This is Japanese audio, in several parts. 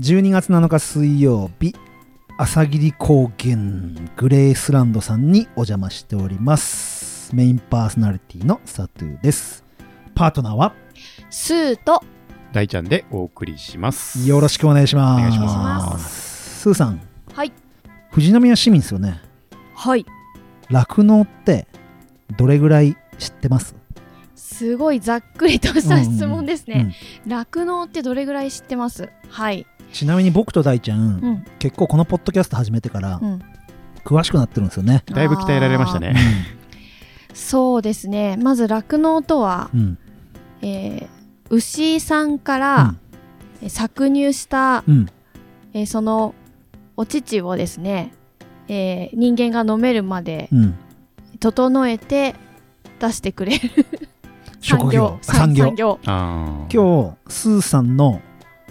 12月7日水曜日朝霧高原グレースランドさんにお邪魔しておりますメインパーソナリティのサトゥーですパートナーはスーと大ちゃんでお送りします。よろしくお願いしますお願いしますスーさんはい富士宮市民ですよねはい酪農ってどれぐらい知ってますすごいざっくりとした質問ですうんね酪農、ってどれぐらい知ってますはいちなみに僕と大ちゃん、うん結構このポッドキャスト始めてからうん詳しくなってるんですよね、だいぶ鍛えられましたね。そうですねまず酪農とは、うんうんえー牛さんから、えー搾乳した、うんえーそのお乳をですね、えー人間が飲めるまでうん整えて出してくれる職業産業産業あー今日スーさんの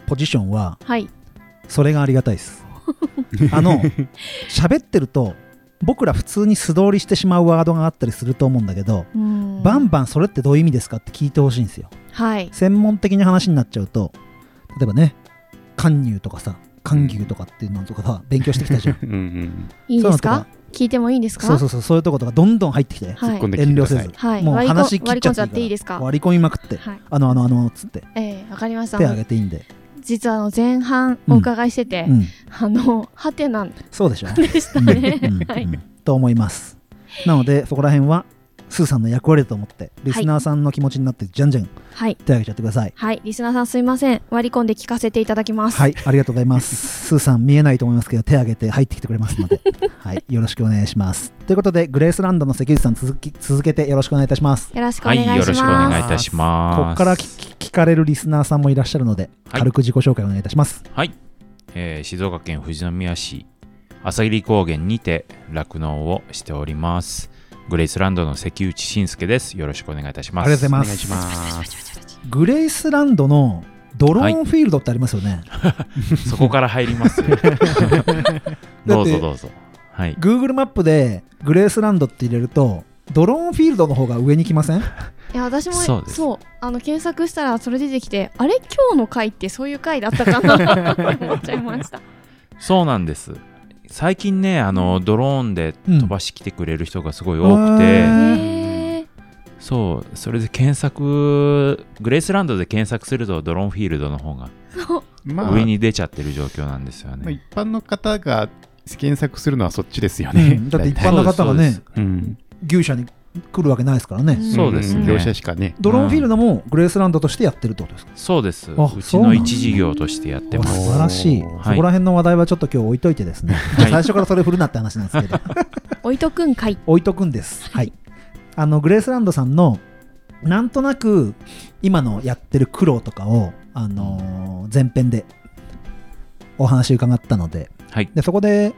ポジションははいそれがありがたいですあの喋ってると僕ら普通に素通りしてしまうワードがあったりすると思うんだけど、うんバンバンそれってどういう意味ですかって聞いてほしいんですよはい専門的な話になっちゃうと例えばね貫入とかさ貫牛とかっていうのとかさ勉強してきた じゃんうんうん。いいですかそ聞いてもいいんですかそうそうそうそういうとことかどんどん入ってきて、はい突っ込んできて遠く慮だせさずい。、はい、もう割り込話切っちゃっていいから割り込んじゃっていいですか割り込みまくって、はいあのあのあのっつってええわかりました手挙げていいんで、実はあの前半お伺いしてて、うん、あのハテナそうでしょでしたね、うんうんはういんと思いますなのでそこら辺はスーさんの役割だと思ってリスナーさんの気持ちになってじゃんじゃん手 はい挙げちゃってくださいはいリスナーさんすいません割り込んで聞かせていただきますはいありがとうございますスーさん見えないと思いますけど手挙げて入ってきてくれますので、はい、よろしくお願いしますということでグレースランドの関口さん続き続けてよろしくお願いいたしますよろしくおは願いい、しよます、ろしくお願いいたしこまこす。から聞聞かれるリスナーさんもいらっしゃるので、はい軽く自己紹介お願いいたしますはい、えー静岡県富士宮市朝霧高原にて酪農をしております。グレイスランドの関内信介です。よろしくお願いいたします。ありがとうございまお願いします。グレースランドのドローンフィールドってありますよね、す。そこから入 ります。どうぞどうぞ。はい。 Google マップでグレースランドって入れるとドローンフィールドの方が上に来ませんいや私もそそうですうあの検索したらそれ出てきてあれ今日の回ってそういう回だったか なと思っちゃいましたそうなんです。最近ね、あのドローンでうん飛ばしてきてくれる人がすごい多くて、へへえそう、それで検索、グレイスランドで検索するとドローンフィールドの方がまあ、上に出ちゃってる状況なんですよまあ一ね。般の方が検索するのはそっちですようねん。だって大体一般の方がねそうですうん牛舎に来るわけないですからね、うんそうですねん業者しかね。ドローンフィールドもグレースランドとしてやってるってことですか、そうです。あうちそうなんのだ一事業としてやっておま素す。晴らしい、はいそこら辺の話題はちょっと今日置いといてですね、い最初からそれ振るなって話なんですけど置いとくんかい置いとくんですはいあのグレースランドさんのなんとなく今のやってる苦労とかを、あのー前編でお話伺ったのではい。でそこで、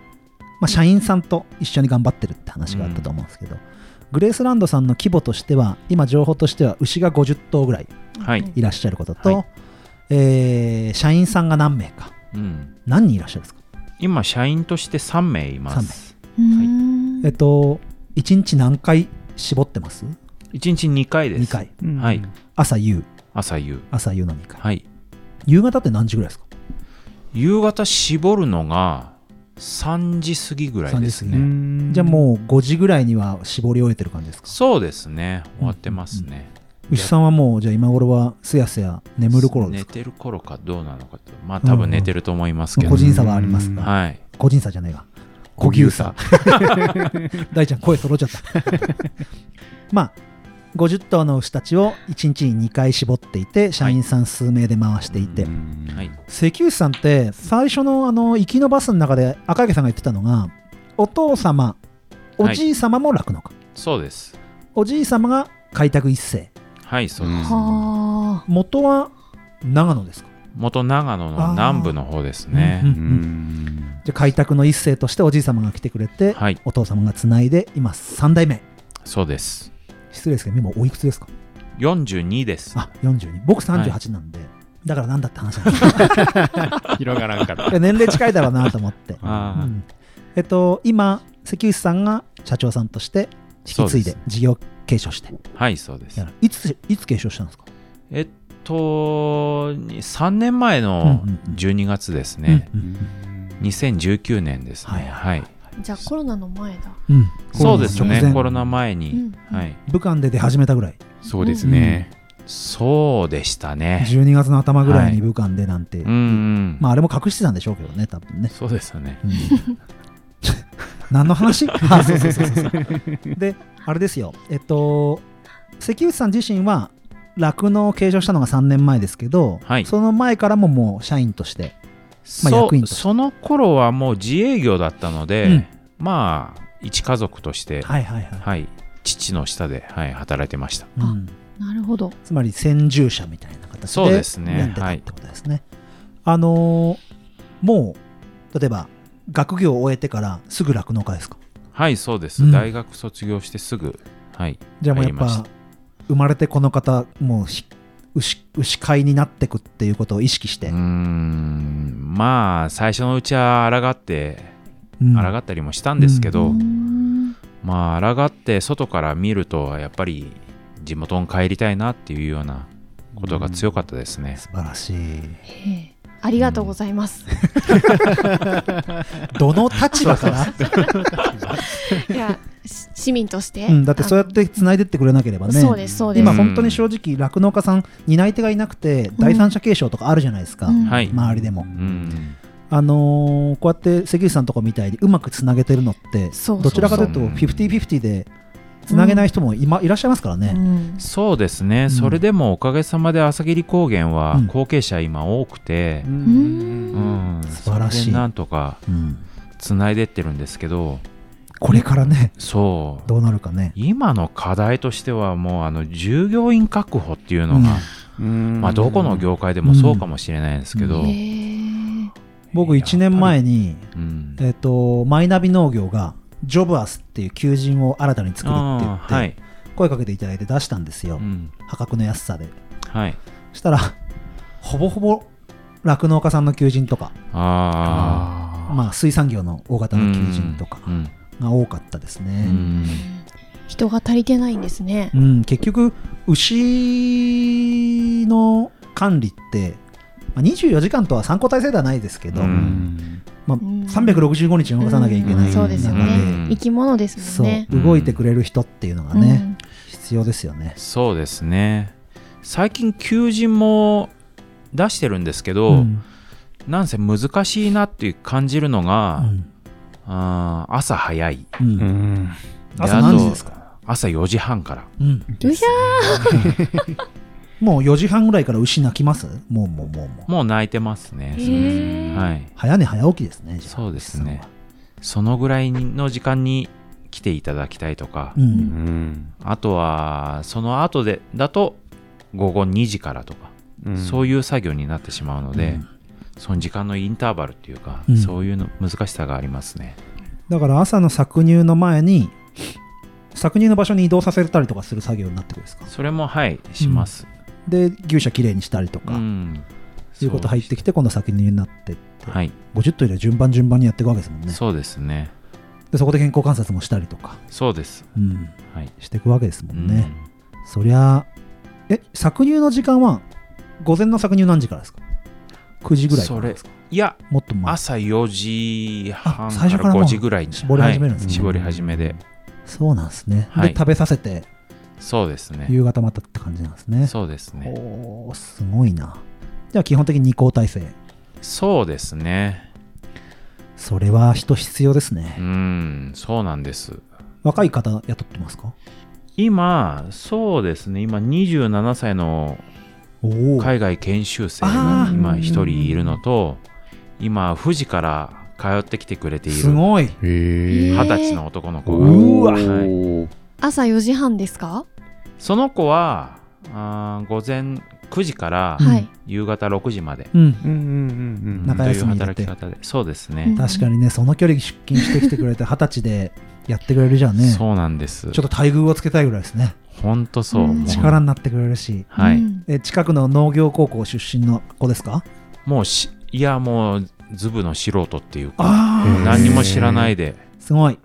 まあ、社員さんと一緒に頑張ってるって話があったと思うんですけど、グレースランドさんの規模としては今情報としては牛が50頭ぐらいはいいらっしゃることと、はえー社員さんが何名かうん、何人いらっしゃるんですか、今、社員として3名います。うーんえっと1日何回絞ってます1日2回です。 2回うんはい。朝夕朝夕。朝夕の2回はい。夕方って何時ぐらいですか夕方絞るのが3時過ぎぐらい3で時す過ぎね。ねんじゃあもう5時ぐらいには絞り終えてる感じですかそうですね。終わってますね。牛さんはもうじゃあ今頃はすやすや眠る頃で寝すかてる頃かどうなのかと。まあ、多分寝てると思いますけど。個人差はありますがはい。個人差じゃないわ小牛差 大ちゃん声揃っちゃったまあ50頭の牛たちを1日に2回絞っていて社員さん数名で回していて、うんはい。石油さんって最初のあの行きのバスの中で赤池さんが言ってたのがお父様おじい様も酪農家、そうです。おじい様が開拓一世はい、そうです。はあ元は長野ですか元長野の南部の方ですうね。んうんじゃあ開拓の一世としておじい様が来てくれて、はい。お父様がつないで今3代目そうです。失礼ですけど今おいくつですか42です。あ42僕38なんで、だからなんだって話なん ですよ広がらんかっいや年齢近いだろうなと思って、う あーんえっと今関口さんが社長さんとして引き継いそうでで事業継承してはい、そうですや。るいついつ継承したんですかえっと、3年前のうんうんうん12月ですね、うん2019年ですね、はい、じゃあコロナの前だ。うんうんそうですコロナ直ね、前コロナ前うにん、はい、武漢で出始めたぐらい、そうですね。そうでしたね、 12月の頭ぐらいには武漢でなんて、うんうん、まああれも隠してたんでしょうけどね、多分ね。そうですよね、うん何の話あ そうそうそうそうで、あれですよ、えっと、関口さん自身は酪農を継承したのが3年前ですけど、はいその前からももう社員として、まあそ役員うとしてその頃はもう自営業だったので、うんまあ、一家族として、はいはいはいはい、父の下で、はい、働いてました。うんなるほど。つまり先住者みたいな形でそうですねやってたってことですね。あのーもう例えば学業を終えてからすぐ酪農家ですかはい、そうです。うん大学卒業してすぐ、はい、じゃあもうやっ入りましぱた生まれてこの方もうひ牛牛飼いになってくっていうことを意識しうて、ーん、まあ、最初のうちは抗って、うん抗ったりもしたんですけど、うーんまあ、抗って外から見ると、やっぱり地元に帰りたいなっていうようなことが強かったですね。素晴らしいへえありがとうござい ます。どの立場からいや、し市民として。うん、だってそうやってつないでってくれなければねそうです、そうです。今本当に正直酪農家さん担い手がいなくて第三者継承とかあるじゃないですか、うんはい周りでもうん、あのーこうやって関口さんとかみたいにうまくつなげてるのってそうそうそうどちらかというとうん50/50でつなげない人も今、いらっしゃいますからね。うんそうですね、んそれでもおかげさまで朝霧高原はうん後継者今多くて、んうん素晴らしいそれでなんとかうんつないでってるんですけどこれからねそうどうなるかね。今の課題としてはもうあの従業員確保っていうのが、うんまあ、どこの業界でもそうかもしれないですけど、ううんへんえ僕1年前に、えっとマイナビ農業がジョブアスっていう求人を新たに作るって言あって、ーはい、声かけていただいて出したんですよ、うん破格の安さで。はい、したらほぼほぼ酪農家さんの求人とか、ああまあ、水産業の大あ型の求人とかうんが多かったですね。うん人が足りてないんですねう。ん、結局牛の管理って、まあ、24時間とは参考体制ではないですけど、うんまあ、ん365日動かさなきゃいけないうんそうですよねうん。生き物ですそうもんね。動いてくれる人っていうのがね、うん必要ですよね。そうですね最近求人も出してるんですけど、うんなんせ難しいなっていう感じるのうが、んあー朝早いうんうん。朝であと何時ですか、朝4時半からうん、うひゃもう4時半ぐらいから牛鳴きますもうもうもうもうもう泣いてますね、へーはい早寝早起きですねじゃあそうですねそのぐらいの時間に来ていただきたいとか、ううんん。あとはその後でだと午後2時からとか、そういいう作業になってしまうので、その時間のインターバルっていうか、うんそういうの難しさがありますねだから朝の搾乳の前に搾乳の場所に移動させたりとかする作業になってくるんですかそれもはいします、で牛舎きれいにしたりとうんか、いうこと入ってきて今度先になってって、はい、 50頭以上順番順番にやっていくわけですもんねそうですねでそこで健康観察もしたりとか、そうですうん、はい、していくわけですもうんね、そりゃえ搾乳の時間は午前の搾乳何時からですか9時ぐらいからそれですかいやもっと前朝4時半あ最初からからもう5時ぐらいに絞り始めるんですはねい絞り始めでそうなんですね、はいで食べさせてそうですね夕方またって感じなんですねそうですねおーすごいなじゃあ基本的に二交代制そうですねそれは人必要ですうね、んそうなんです若い方雇ってますか今そうですね今27歳のおお海外研修生あがー今一人いるのと今富士から通ってきてくれていする二ごいうん。へえ。十歳の男の子がうわはい朝4時半ですかその子はあー午前9時からうんはい。夕方6時までうんうんうん中という休み入れ働てき方でそうですうねん確かにねその距離出勤してきてくれて二十歳でやってくれるじゃんねそうなんです。ちょっと待遇をつけたいぐらいですねほんとそう。うんもう力になってくれるしはうい。んえ近くの農業高校出身の子ですかもうし、いや、もう、ズブの素人っていうか、あー何にも知らないで、すごい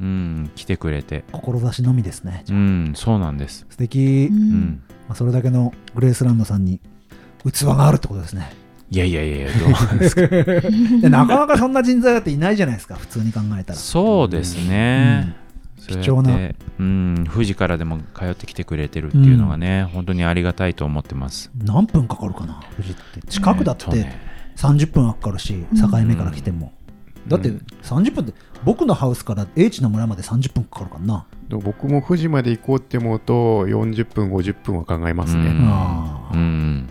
うん、来てくれて。志のみですねうん、そうなんです。素敵ううんん。ままあ、それだけのグレースランドさんに器があるってことですね。いやいやいやいや、どうなんですか。でなかなかそんな人材だっていないじゃないですか、普通に考えたら。そうですね。そうやって貴重なうん、富士からでも通ってきてくれてるっていうのがね、本当にありがたいと思ってます。何分かかるかな、富士って。近くだっえとてね30分はかかるし、境目から来ても。だってうん30分って、僕のハウスから H の村まで30分かかるからな。でも僕も富士まで行こうって思うと40分50分は考えますうねんあうあん。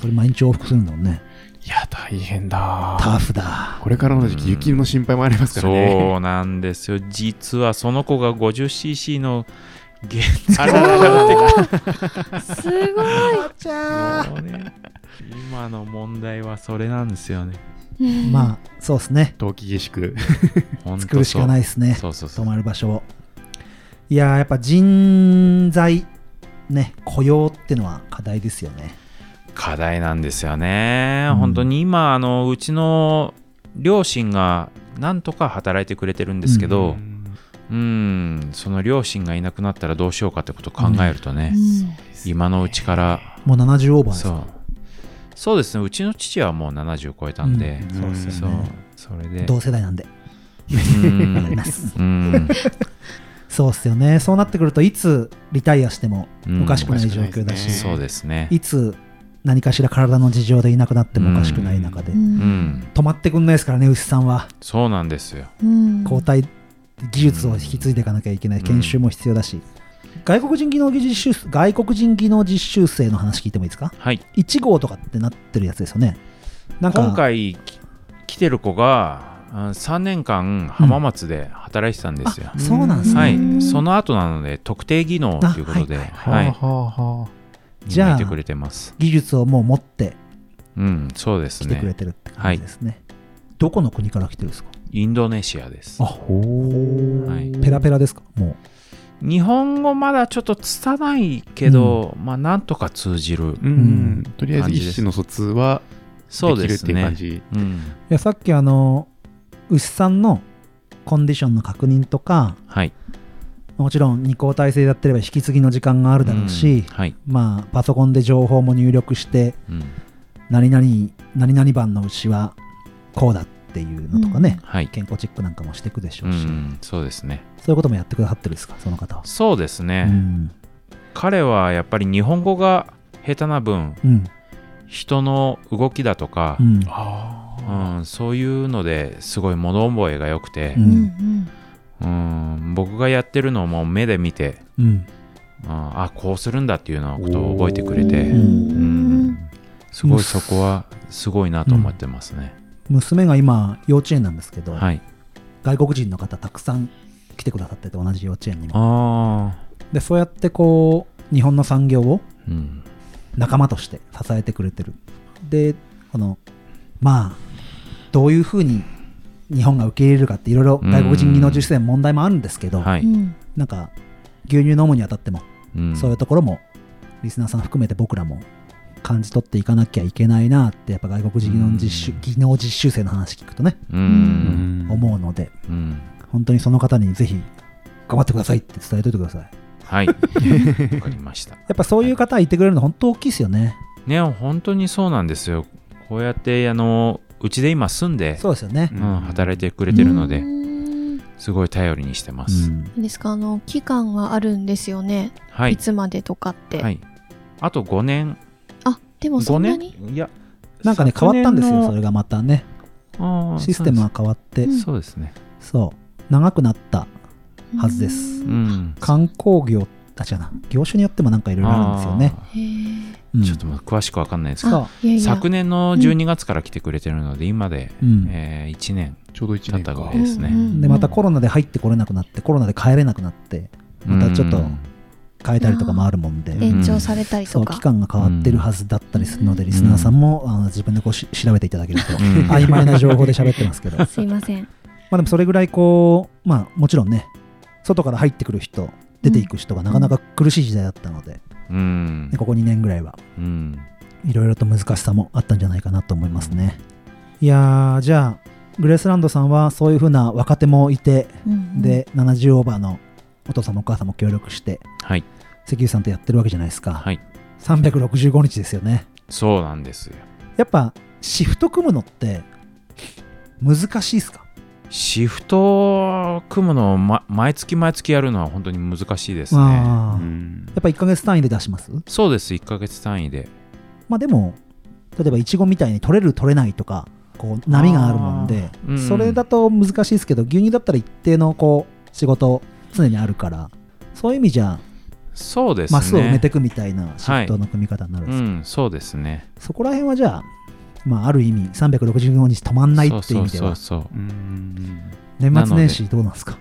それ毎日往復するんだもんね。いや大変だタフだ。これからの時期雪の心配もありますからね そうなんですよ。実はその子が 50cc の原あ付ららららすごい。もうね今の問題はそれなんですよね。あ、まあ、そうですね。冬季下宿本当作るしかないですね。そうそうそ泊う。まる場所をいやーやっぱ人材ね雇用ってのは課題ですよね課題なんですよね。うん本当に今あのうちの両親がなんとか働いてくれてるんですけど、うん、その両親がいなくなったらどうしようかってことを考えるとね、今のうちから、もう70オーバーですそかう、そうですね。うちの父はもう70超えたんで、うんそうですそようね、それで、同世代なんでうわかりんますうん、そうっすよねそうなってくるといつリタイアしてもうんおかしくない状況だおかしくないし、ですねそうですね。いつ何かしら体の事情でいなくなってもおかしくない中で、ううんん、止まってくんないですからね牛さんはそうなんですよ。うん交代技術を引き継いでいかなきゃいけない、うん研修も必要だし外国人技能実習外国人技能実習生の話聞いてもいいですかはい。 1号とかってなってるやつですよね。なんか今回き来てる子が3年間浜松で働いてたんですよあ、そうなんですね、はうんいその後なので特定技能ということであははいい、はあはあはあじゃあ今いてくれてます技術をもう持ってうんそうです来てくれねてるって感じですね。どこの国から来てるんですかインドネシアですあほはいペラペラですかも日本語まだちょっと拙いけど、まあなんとか通じるうんんとりあえず感じで一す種の疎通はそうできでるっすていう感ねじうんう。いやさっきあの牛さんのコンディションの確認とかはいもちろん二交代制やってれば引き継ぎの時間があるだろうしうん、はい、まあパソコンで情報も入力してうん何々何々番の牛はこうだっていうのとかね、はい健康チェックなんかもしていくでしうょうし、ん、そうですねそういうこともやってくださってるんですかその方は。そうですね、うん彼はやっぱり日本語が下手な分うん人の動きだとか、うんあうん、そういうのですごい物覚えが良くてう、うんんうん、僕がやってるのをもう目で見て、うんうん、あこうするんだっていうのことを覚えてくれうて、うんん、すごいそこはすごいなと思ってますね。娘が今幼稚園なんですけど、はい、外国人の方たくさん来てくださってて同じ幼稚園にもあでそうやってこう日本の産業をー、うん、仲間として支えてくれてるでこのまあどういうふうに日本が受け入れるかっていろいろ外国人技能実習生の問題もあるんですけど、はい、なんか牛乳飲むにあたってもうんそういうところもリスナーさん含めて僕らも感じ取っていかなきゃいけないなってやっぱ外国人技能実習,、うん技能実習生の話聞くとね、うあん、思うのでうん、本当にその方にぜひ頑張ってくださいって伝えといてくださいや はい、わかりました。っぱそういう方いてくれるの本当大きいですよねね、本当にそうなんですよ。こうやってあのうちで今住んで、そうですよねう、うんん働いてくれてるので、うんすごい頼りにしてまうす。んですかあの期間があるんですよね、、はいい、つまでとかって、はい、あと5年あでもそ5んな年にいやなんかね変わったんです昨よ年それがまたねのあーシステムは変わってうんそうですねそう長くなったはずですううんん観光業あ違うな業種によってもなんかいろいろあるんですよね、へーうんちょっともう詳しくわかんないですけそうどあいやいや昨年の12月から来てくれてるので今で、うんえ1年ちょうど1経っ年たぐからいですね、うんうんでまたコロナで入ってこれなくなってコロナで帰れなくなってまたちょっとうん変えたりとかもあるもんで、うん延長されたりそとうか、期間が変わってるはずだったりするので、うんリスナーさんもあの自分でこうし調べていただけると、ん 曖昧な情報で喋ってますけ どますいませんあでもそれぐらいこうまあもちろんね外から入ってくる人出ていく人がなかなか苦しい時代だったので、うんねここ2年ぐらいはうんいろいろと難しさもあったんじゃないかなと思いますね、いやーじゃあグレースランドさんはそういうふうな若手もいてで、70オーバーのお父さんもお母さんも協力してはい関口さんとやってるわけじゃないですか、はい365日ですよねそうなんですよやっぱシフト組むのって難しいですかシフト組むのを、ま、毎月毎月やるのは本当に難しいですねあうーんやっぱ1ヶ月単位で出しますそうです1ヶ月単位でまあでも例えばイチゴみたいに取れる取れないとかこう波があるもんで、あーうんそれだと難しいですけど牛乳だったら一定のこう仕事常にあるからそういう意味じゃそうですねマスを埋めていくみたいなシフトの組み方になるんでうす、んそうですねそこら辺はじゃあ、まあ、ある意味365日止まんないっていう意味ではそうそうそうそううん年末年始どうなんですか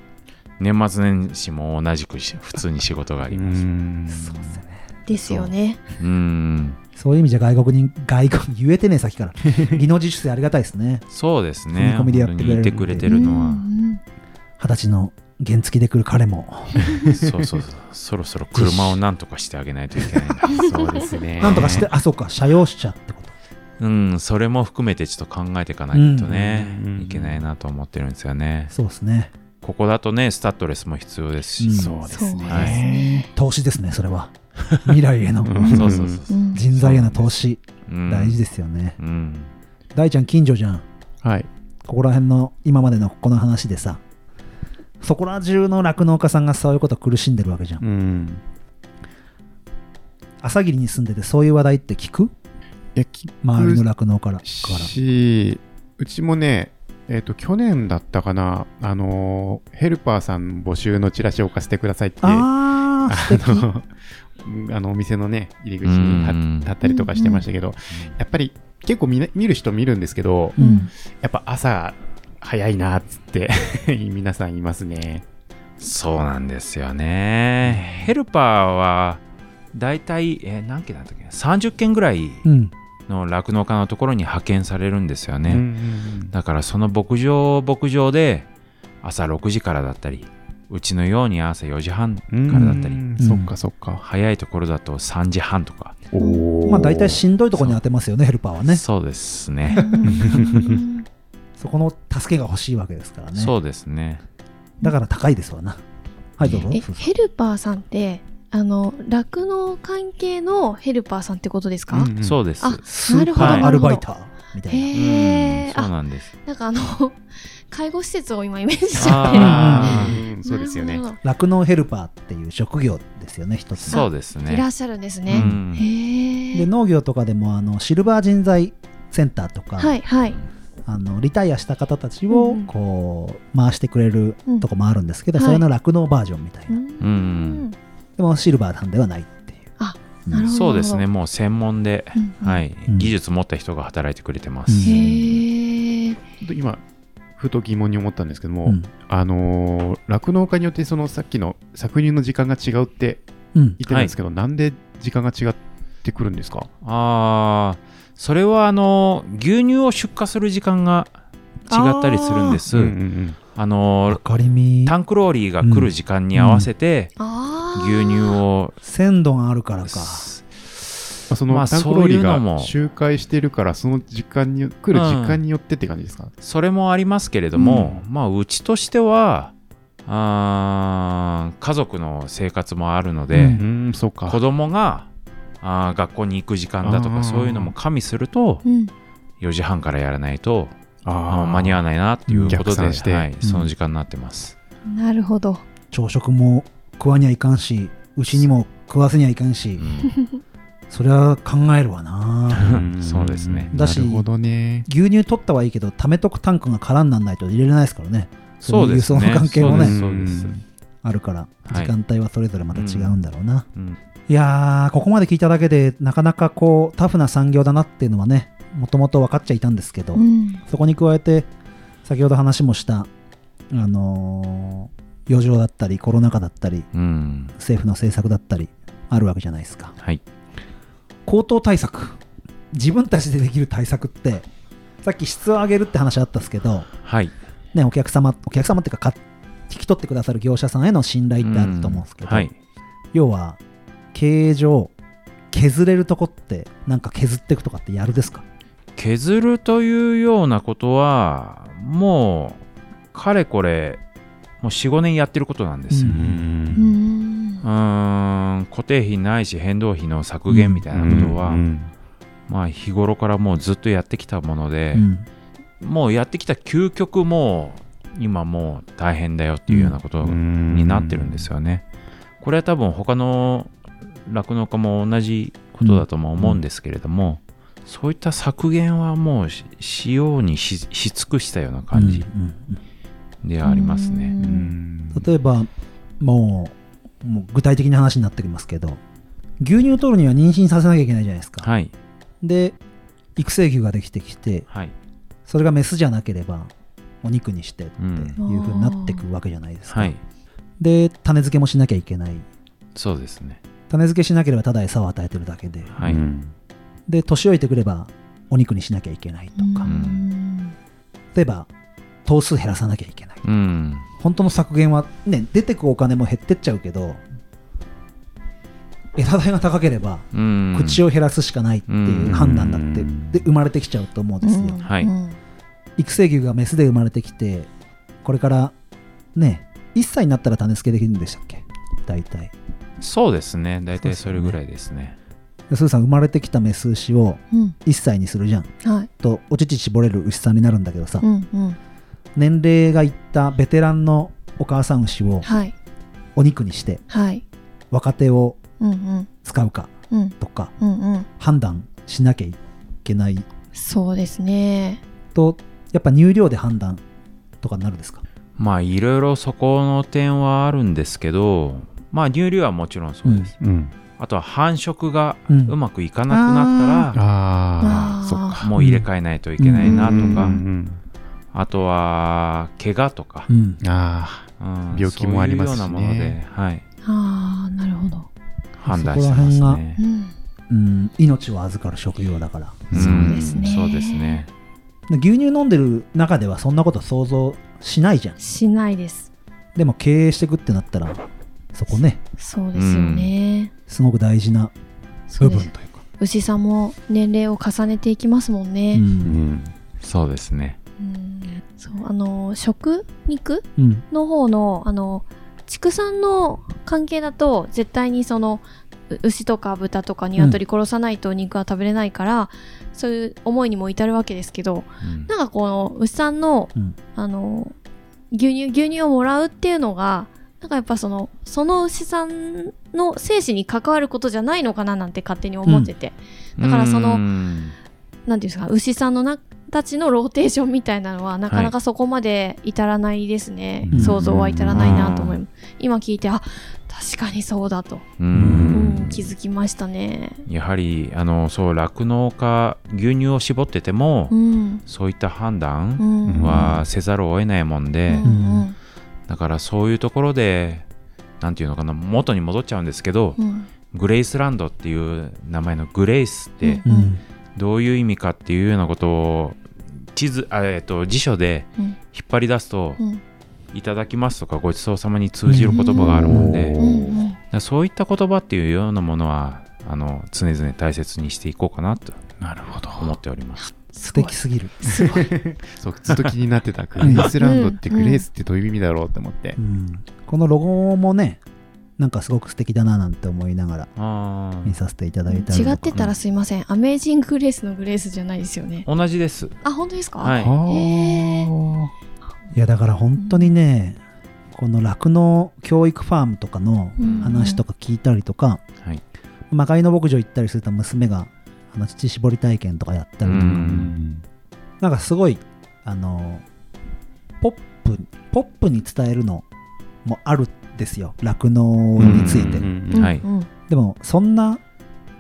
年末年始も同じくし普通に仕事がありますうんそうですよねですよね。うんそういう意味じゃ外国人外国言えてねえ先 から技能実習生ありがたいですねそうです踏ねみ込みでやってくれる本当にいてくれてるのうはん二十歳の原付で来る彼もそうそうそうそろそろ車をなんとかしてあげないといけない なそうですね。なんとかしてあそうか社用車ってことうん、それも含めてちょっと考えていかないとね、うんうんうんいけないなと思ってるんですよね。そうですねここだとね、スタッドレスも必要ですし、うんそうですそうね。はい投資ですねそれは未来へのうんそうそうそうそうう、ん人材への投資うん大事ですよね、うん。大ちゃん近所じゃんはい。ここら辺の今までのこの話でさそこら中の酪農家さんがそういうこと苦しんでるわけじゃんうん。朝霧に住んでてそういう話題って聞くいや、き周りの酪農家からし、うちもね、えっ、と、去年だったかな、あのー、ヘルパーさん募集のチラシを貸してくださいって、ああ素敵の、 うんあのお店のね、入り口にう立ん立ったりとかしてましたけど、やっぱり結構みな見る人見るんですけど、うんやっぱ朝早いなっつって 皆さんいますね。そうなんですよね。ヘルパーは、大体、えー何件だったっけ ?30 件ぐらいうんの酪農家のところに派遣されるんですよね。うんだからその牧場牧場で朝6時からだったりうちのように朝4時半うんからだったりうんそっかそっか。早いところだと3時半とか、おーまあ大体しんどいとこに当てますよねヘルパーはねそそうで すね うんこの助けが欲しいわけですからねそうですねだから高いですわなはいどうぞえ、そうそうヘルパーさんって、あの、酪農関係のヘルパーさんってことですかんんそうですあスーパなるほーどアルバイターみたいなへえ。うんそうあ、なんですなんかあの、 介護施設を今イメージしちゃって。あーうんそうですよねな。るほ酪農ヘルパーっていう職業ですよね一つのそうですどいらねっしゃるんですうね。んへでえ。農業とかでもあのシルバー人材センターとか、はいはい。あのリタイアした方たちうをんこう回してくれるとこもあるんですけど、うんそれの酪農バージョンみたいな、んでもシルバーさんではないっていう、なるほど。。そうですね。もう専門で、はいいうん技術持った人が働いてくれてまうんす、へえ。で今ふと疑問に思ったんですけども、うんあのー酪農家によってそのさっきの搾乳の時間が違うってうん言ってたんですけど、なんで時間が違ってくるんですかああそれはあの牛乳を出荷する時間が違ったりするんですあ,、うんうんのわかりみタンクローリーが来る時間に合わせてああ。牛乳。を、鮮度があるからかまあそのまあタンクローリーそういうのがも周回してるからその時間に来る時間によってって感じですか、それもありますけれども、まあうちとしてはあー家族の生活もあるので、ううーんそうか子供があー学校に行く時間だとあーかそういうのも加味するとうん。 4時半からやらないとああー間に合合わないなっていうこと逆で、算してはい、んその時間になってます。なるほど。朝食も食わにゃいかんし牛にも食わせにゃいかんし、うんそれは考えるわなそうですねだなしるほどね牛乳取ったはいいけど貯めとくタンクが空にならないと入れれないですからね そうですね。そういう輸送の関係もねそうですそうですあるからは時い間帯はそれぞれまた違うんだろうな、うんいやーここまで聞いただけでなかなかこうタフな産業だなっていうのはねもともと分かっちゃいたんですけど、うん。そこに加えて先ほど話もしたあのー余剰だったりコロナ禍だったりうん。政府の政策だったりあるわけじゃないですかはい。高騰対策自分たちでできる対策ってさっき質を上げるって話あったんですけど、はい。ね、お客様お客様っていうか買っ引き取ってくださる業者さんへの信頼ってあると思うんですけど、はい。要は経営上削れるとこってなんか削っていくとかってやるですか削るというようなことはもうかれこれもう45年やってることなんですよ、うんうん。うーん固定費ないし変動費の削減みたいなことは、うんまあ、日頃からもうずっとやってきたものでう、んもうやってきた究極もう今もう大変だよっていうようなことになってるんですよね。これは多分他の酪農家も同じことだとも思うんですけれども、そういった削減はもうししようにしし尽くしたような感じうんうんではありますね。うんうん例えばもうもう具体的な話になってきますけど牛乳を取るには妊娠させなきゃいけないじゃないですか、はい、で育成牛ができてきてはい、それがメスじゃなければお肉にしてってうんいうふうになってくわけじゃないですか、はい、で種付けもしなきゃいけないそうですね。種付けしなければただ餌を与えてるだけではい、うんで年老いてくればお肉にしなきゃいけないとか、うん例えば頭数減らさなきゃいけないうん、本当の削減はね出てくお金も減ってっちゃうけど枝代が高ければうん、口を減らすしかないっていう判断だって、うんで生まれてきちゃうと思うんですよ、うんはいうん育成牛がメスで生まれてきてこれからね1歳になったら種付けできるんでしたっけ大体そうですね。大体それぐらいですね。でスーさん生まれてきたメス牛をうん1歳にするじゃんはいとお乳絞れる牛さんになるんだけどさ、うんうん年齢がいったベテランのお母さん牛をはいお肉にしてはい若手をうんうん使うかうんとかうんうん判断しなきゃいけないそうですねとやっぱ乳量で判断とかになるんですかまあいろいろそこの点はあるんですけど、まあ乳量はもちろんそうです。うんあとは繁殖がうんうまくいかなくなったら、ああーあ、そっか。もう入れ替えないといけないなとうんか、うんあとは怪我とか、んうんあうん病気もありますしねそういうようなもので、はい、ああなるほど判断してますそこらねう。んうん命を預かる職業だからんそうですねそうですね。で牛乳飲んでる中ではそんなこと想像しないじゃんしないですでも経営していくってなったらそこねそうですよねすごく大事なそ部うで分すというか牛さんも年齢を重ねていきますもんうねあ、うんんそうですね。うんそうあの食肉うんの方のあの畜産の関係だと絶対にそのう牛とか豚とか鶏殺さないと肉は食べれないから、そういう思いにも至るわけですけどうんなんかこの牛さんのうんあの牛乳牛乳をもらうっていうのがなんかやっぱそのその牛さんの生死に関わることじゃないのかななんて勝手に思ってて、だからそのうんなんていうんですか牛さんのなたちのローテーションみたいなのはなかなかそこまで至らないですね、うん想像は至らないなと思います、今聞いてあ確かにそうだと、ううんん気づきましたねやはりあのそう酪農家牛乳を絞ってても、うんそういった判断う、んはせざるを得ないもんうで、んうんだからそういうところでなんていうのかな元に戻っちゃうんですけど、うんグレイスランドっていう名前のグレイスってううんんどういう意味かっていうようなことを地図あ、えっと辞書でうん引っ張り出すとうん「いただきます」とか「ごちそうさま」に通じる言葉があるもんで、うんだうかんらそういった言葉っていうようなものはあの常々大切にしていこうかなとなるほど。思っております。素敵すぎるすごいそうずっと気になってた。グレースランドってうんグレースってどういう意味だろうって思って う。んこのロゴもねなんかすごく素敵だななんて思いながらあー見させていただいたりとか違ってたらすいません、アメージンググレースのグレースじゃないですよね同じです。あ本当ですか、はいへーいやだから本当にね、この酪農教育ファームとかのうん話とか聞いたりとか、はい魔界の牧場行ったりすると娘があの乳搾り体験とかやったりとか、ううんんなんかすごいあのポップポップに伝えるのもあるんですよ酪農について、うんうんはいうんでもそんな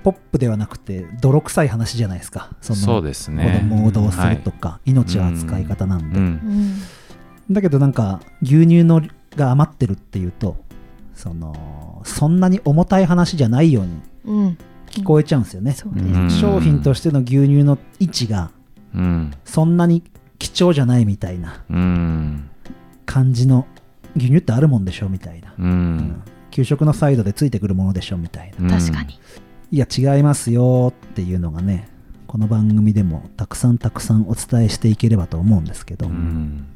ポップではなくて泥臭い話じゃないですかそそうのです子ね。供をどうするとか、命は扱い方なんで、うんうんだけどなんか牛乳のが余ってるっていうとそのそんなに重たい話じゃないようにうん聞こえちゃうんですよね、そううですん商品としての牛乳の位置がうんそんなに貴重じゃないみたいなうん感じの牛乳ってあるもんでしょみたいな、ううんん給食のサイドでついてくるものでしょみたいな、確かに、いや違いますよっていうのがねこの番組でもたくさんたくさんお伝えしていければと思うんですけど、うん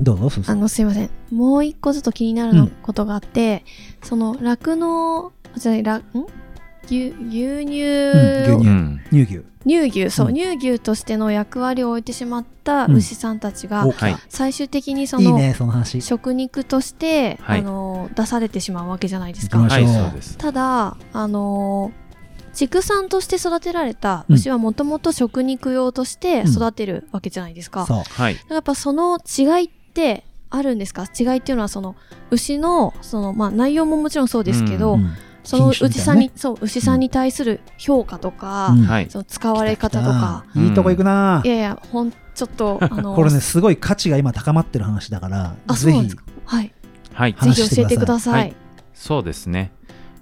どうぞすずさあんのすいませんもう一個ずっと気になるうの、んことがあってその酪農じゃないらん牛牛乳うん牛をうん乳牛乳牛そう、うん乳牛としての役割を置いてしまった牛さんたちが、おはい最終的にそいいのねその話食肉として、はいあの出されてしまうわけじゃないです行きかましょはいそうですただあの畜産として育てられた牛はもともと食肉用として育てるわけじゃないですか、そうはいやっぱその違いってあるんですか違いっていうのはその牛のその、まあ、内容ももちろんそうですけど、うんその品種みた牛いさなんねに、そう牛さんに対する評価とか、うんはいその使われ方とか来た来たいいとこ行くな、いやいやほんちょっとあのこれねすごい価値が今高まってる話だからあぜそうなんひですかはいはいぜ話ひ教えてくださいはそうですね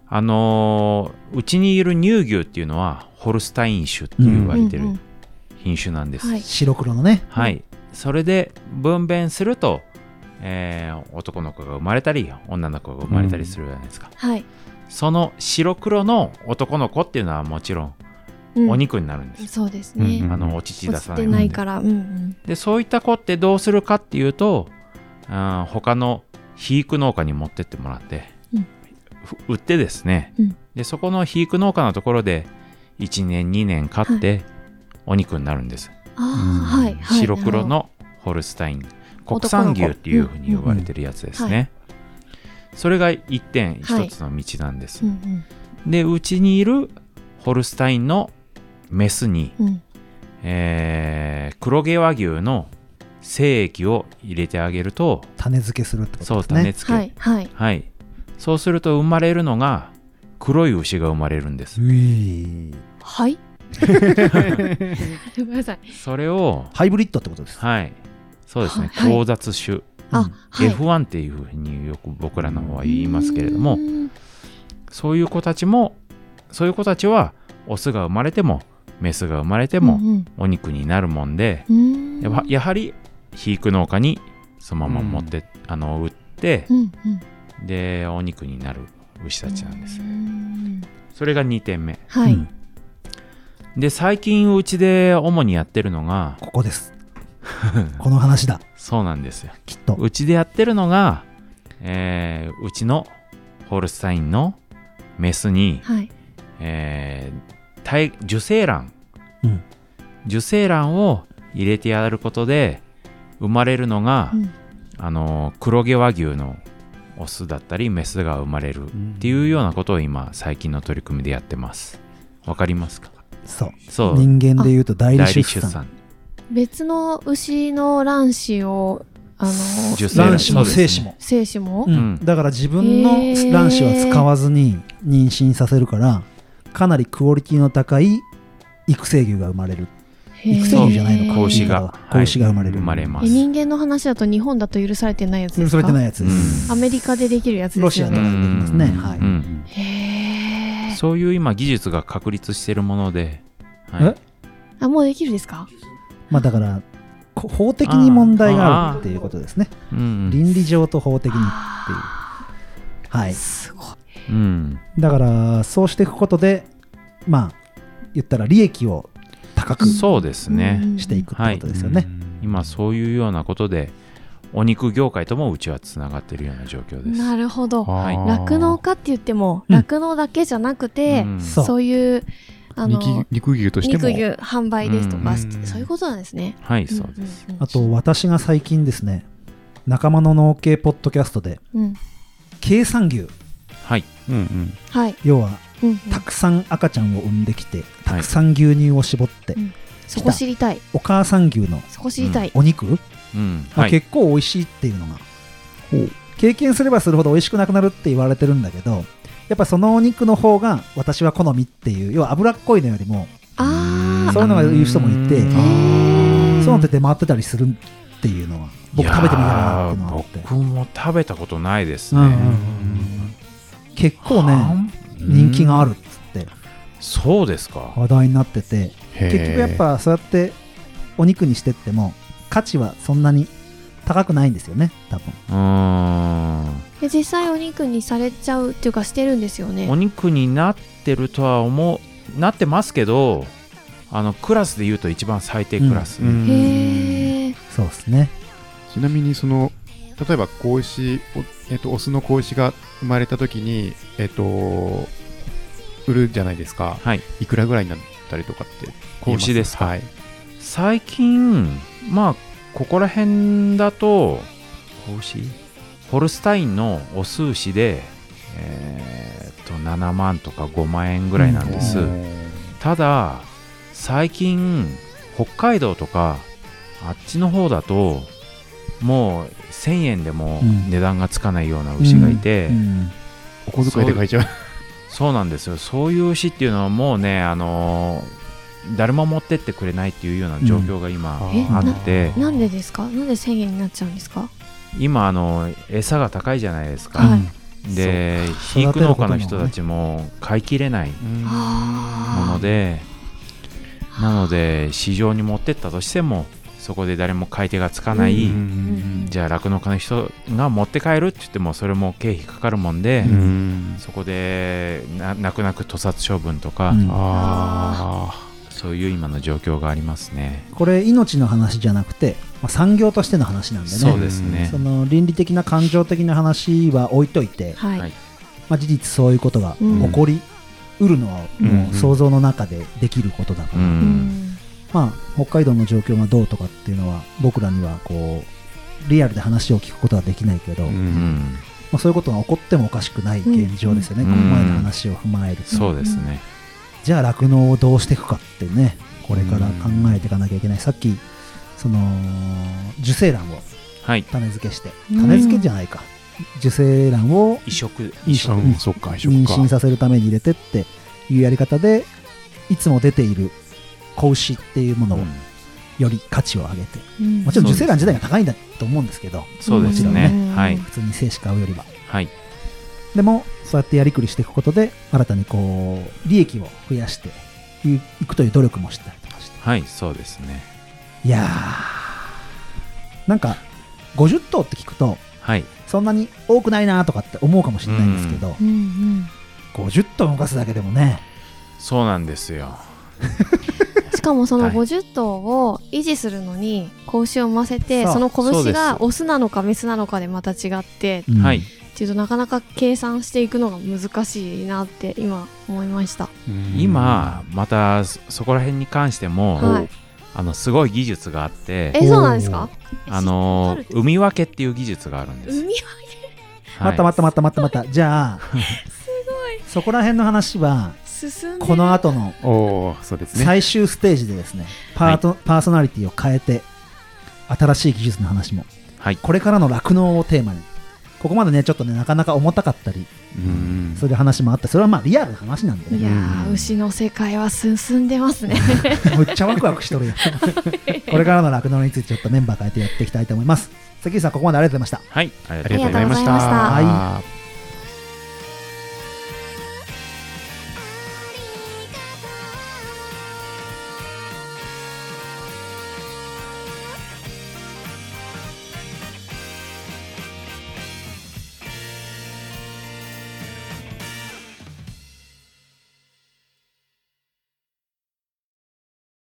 あのーうちにいる乳牛っていうのはホルスタイン種って言われてうんうるん品種なんです、はい白黒のねはい、それで分娩すると、えー男の子が生まれたり女の子が生まれたりするじゃないですか、はい、その白黒の男の子っていうのはもちろんうんお肉になるんです、そうですうんうね、んあのお乳出落ち落ちさないてようにないからうんうんでそういった子ってどうするかっていうとあー他の肥育農家に持ってってもらって、うんふ売ってですね、うんでそこの肥育農家のところで1年2年飼ってお肉になるんです、ああ、うんはいはい白黒なるのホルスタイン国産牛っていうふうに呼ばれてるやつですね、うんうんはそれが一点はい一つの道なんです、ほどうんでうちにいるホルスタインのメスに、うんうんえー黒毛和牛の精液を入れてあげると種付けするってことそうです種ね付け、はいはいはい、そうすると生まれるのが黒い牛が生まれるんですういはい ごめんなさいそれをハイブリッドってことですはいそうですねはい交雑種、あはい F1 っていうふうによく僕らの方は言いますけれどうもーんそういう子たちもそういう子たちはオスが生まれてもメスが生まれてうもんお肉になるもんで、うんやはやはり肥育農家にそのまま持って、あの売ってう、んうんでお肉になる牛たちなんです、うんそれが2点目はい、うんで最近うちで主にやってるのがここです この話だそうなんですよきっとうちでやってるのが、えーうちのホルスタインのメスに、はいえー体受精卵、うん受精卵を入れてやることで生まれるのが、うんあの黒毛和牛のオスだったりメスが生まれるっていうようなことを今最近の取り組みでやってますわかりますかそうそう人間でいうと代理代理出出産産別の牛の卵子をあの受精卵卵子もそうです精子ねも精子も、うんうんだから自分の卵子は使わずに妊娠させるからかなりクオリティの高い育成牛が生まれるへー育成牛じゃないのか子牛が子牛が生まれる生まれまえす人間の話だと日本だと許されてないやつうんですそかれってないやつです、アメリカでできるやつですよロねシアとかでできますねうんはい、うんへーそういう今技術が確立してるもので、はいえあもうできるですかまあだからこ法的に問題があるっていうことですねうん倫理上と法的にっていうあはーいすごいうんだからそうしていくことでまあ言ったら利益を高くそうですねしていくってことですよね、今そういうようなことでお肉業界ともうちはつながってるような状況ですなるほどはい酪農家って言ってもうん酪農だけじゃなくて、うんそうそういうあの肉肉牛としても肉牛販売ですとか、うんそういうことなんですねはいそうです、うんうんうんあと私が最近ですね仲間の農系ポッドキャストでうん計算牛はいうんうんはい、要はうんうんたくさん赤ちゃんを産んできてたくさん牛乳を絞って、うんそこ知りたいお母さん牛のそこ知りたい、お肉がうんはい結構美味しいっていうのが、経験すればするほど美味しくなくなるって言われてるんだけどやっぱそのお肉の方が私は好みっていう要は脂っこいのよりもあそういうのが言う人もいてうんそういーうのって出回ってたりするっていうのは僕食べてみたいなっていうのがあっていやー僕も食べたことないですうね、んうんうん結構ねうん人気があるっつってそうですか、話題になってて結結局やっぱそうやってお肉にしてっても価値はそんなに高くないんですよね多分うーんで実際お肉にされちゃうっていうかしてるんですよねお肉になってるとは思うなってますけどあのクラスで言うと一番最低クラス、へえそうですねちなみにその例えば子牛おえっと、オスの子牛が生まれた時に、えっと、売るじゃないですかはいいくらぐらいになったりとかって子牛ですかはい、最近まあここら辺だと子牛ホルスタインのオス牛でえーっと7万とか5万円ぐらいなんです、うんただ最近北海道とかあっちの方だともう1000円でもうん値段がつかないような牛がいて、うんお小遣いで買いちゃうそうなんですよそういう牛っていうのはもうねあのー誰も持ってってくれないっていうような状況が今、えあってうなんでですかなんで1000円になっちゃうんですか今あの餌が高いじゃないですか、はいでそう肥か育農家の人たちも買い切れないもあので、なので市場に持ってったとしてもそこで誰も買い手がつかない、うんじゃあ酪農家の人が持って帰るって言ってもそれも経費かかるもんで、うんそこでな泣く泣く屠殺処分とか、うんあそういう今の状況がありますね。これ命の話じゃなくて、まあ、産業としての話なんでねそうですねその倫理的な感情的な話は置いといて、はい、はいまあ、事実そういうことが起こりうるのはもう想像の中でできることだから、ううんんまあ、北海道の状況がどうとかっていうのは僕らにはこうリアルで話を聞くことはできないけど、あうまうんんあ、そういうことが起こってもおかしくない現状ですよね、うんこの前の話を踏まえると、そうですね、じゃあ酪農をどうしていくかってねこれから考えていかなきゃいけない、さっきその受精卵をはい種付けしてうん種付けじゃないか、受精卵を移植いいじゃうんんそっか移妊植か娠させるために入れてっていうやり方でいつも出ている子牛っていうものをうんより価値を上げて、うんもちろん受精卵自体が高いんだと思うんですけどそうですもちねろんねはい普通に精子買うよりははいでもそうやってやりくりしていくことで新たにこう利益を増やしていいくという努力もしたりとかしてはいそうですねいやーなんか50頭って聞くとはいそんなに多くないなとかって思うかもしれないんですけど、うんうん50頭動かすだけでもねそうなんですよしかもそのはい50頭を維持するのに子牛を産ませて、そうそのそうで拳すがオスなのかメスなのかでまた違ってうんはいっていうとなかなか計算していくのが難しいなって今思いました。うん今またそそこら辺に関しても、はいあのすごい技術があってえそうなんですか？あの知ってる海分けっていう技術があるんです、海ははいまたまたまたまたまたじゃあそこら辺の話は進んでるこの後のおおそうですね最終ステージでですねパート、パーソナリティを変えて新しい技術の話もはいこれからの酪農をテーマにここまでねちょっとねなかなか重たかったりうんする話もあってそれはまあリアルな話なんでいねやー牛の世界は進んでますね。むっちゃワクワクしとるよこれからの酪農についてちょっとメンバー変えてやっていきたいと思います関口さんここまでありがとうございましたはいありがとうございあまりすがとうございましありがとうございましたた。。はい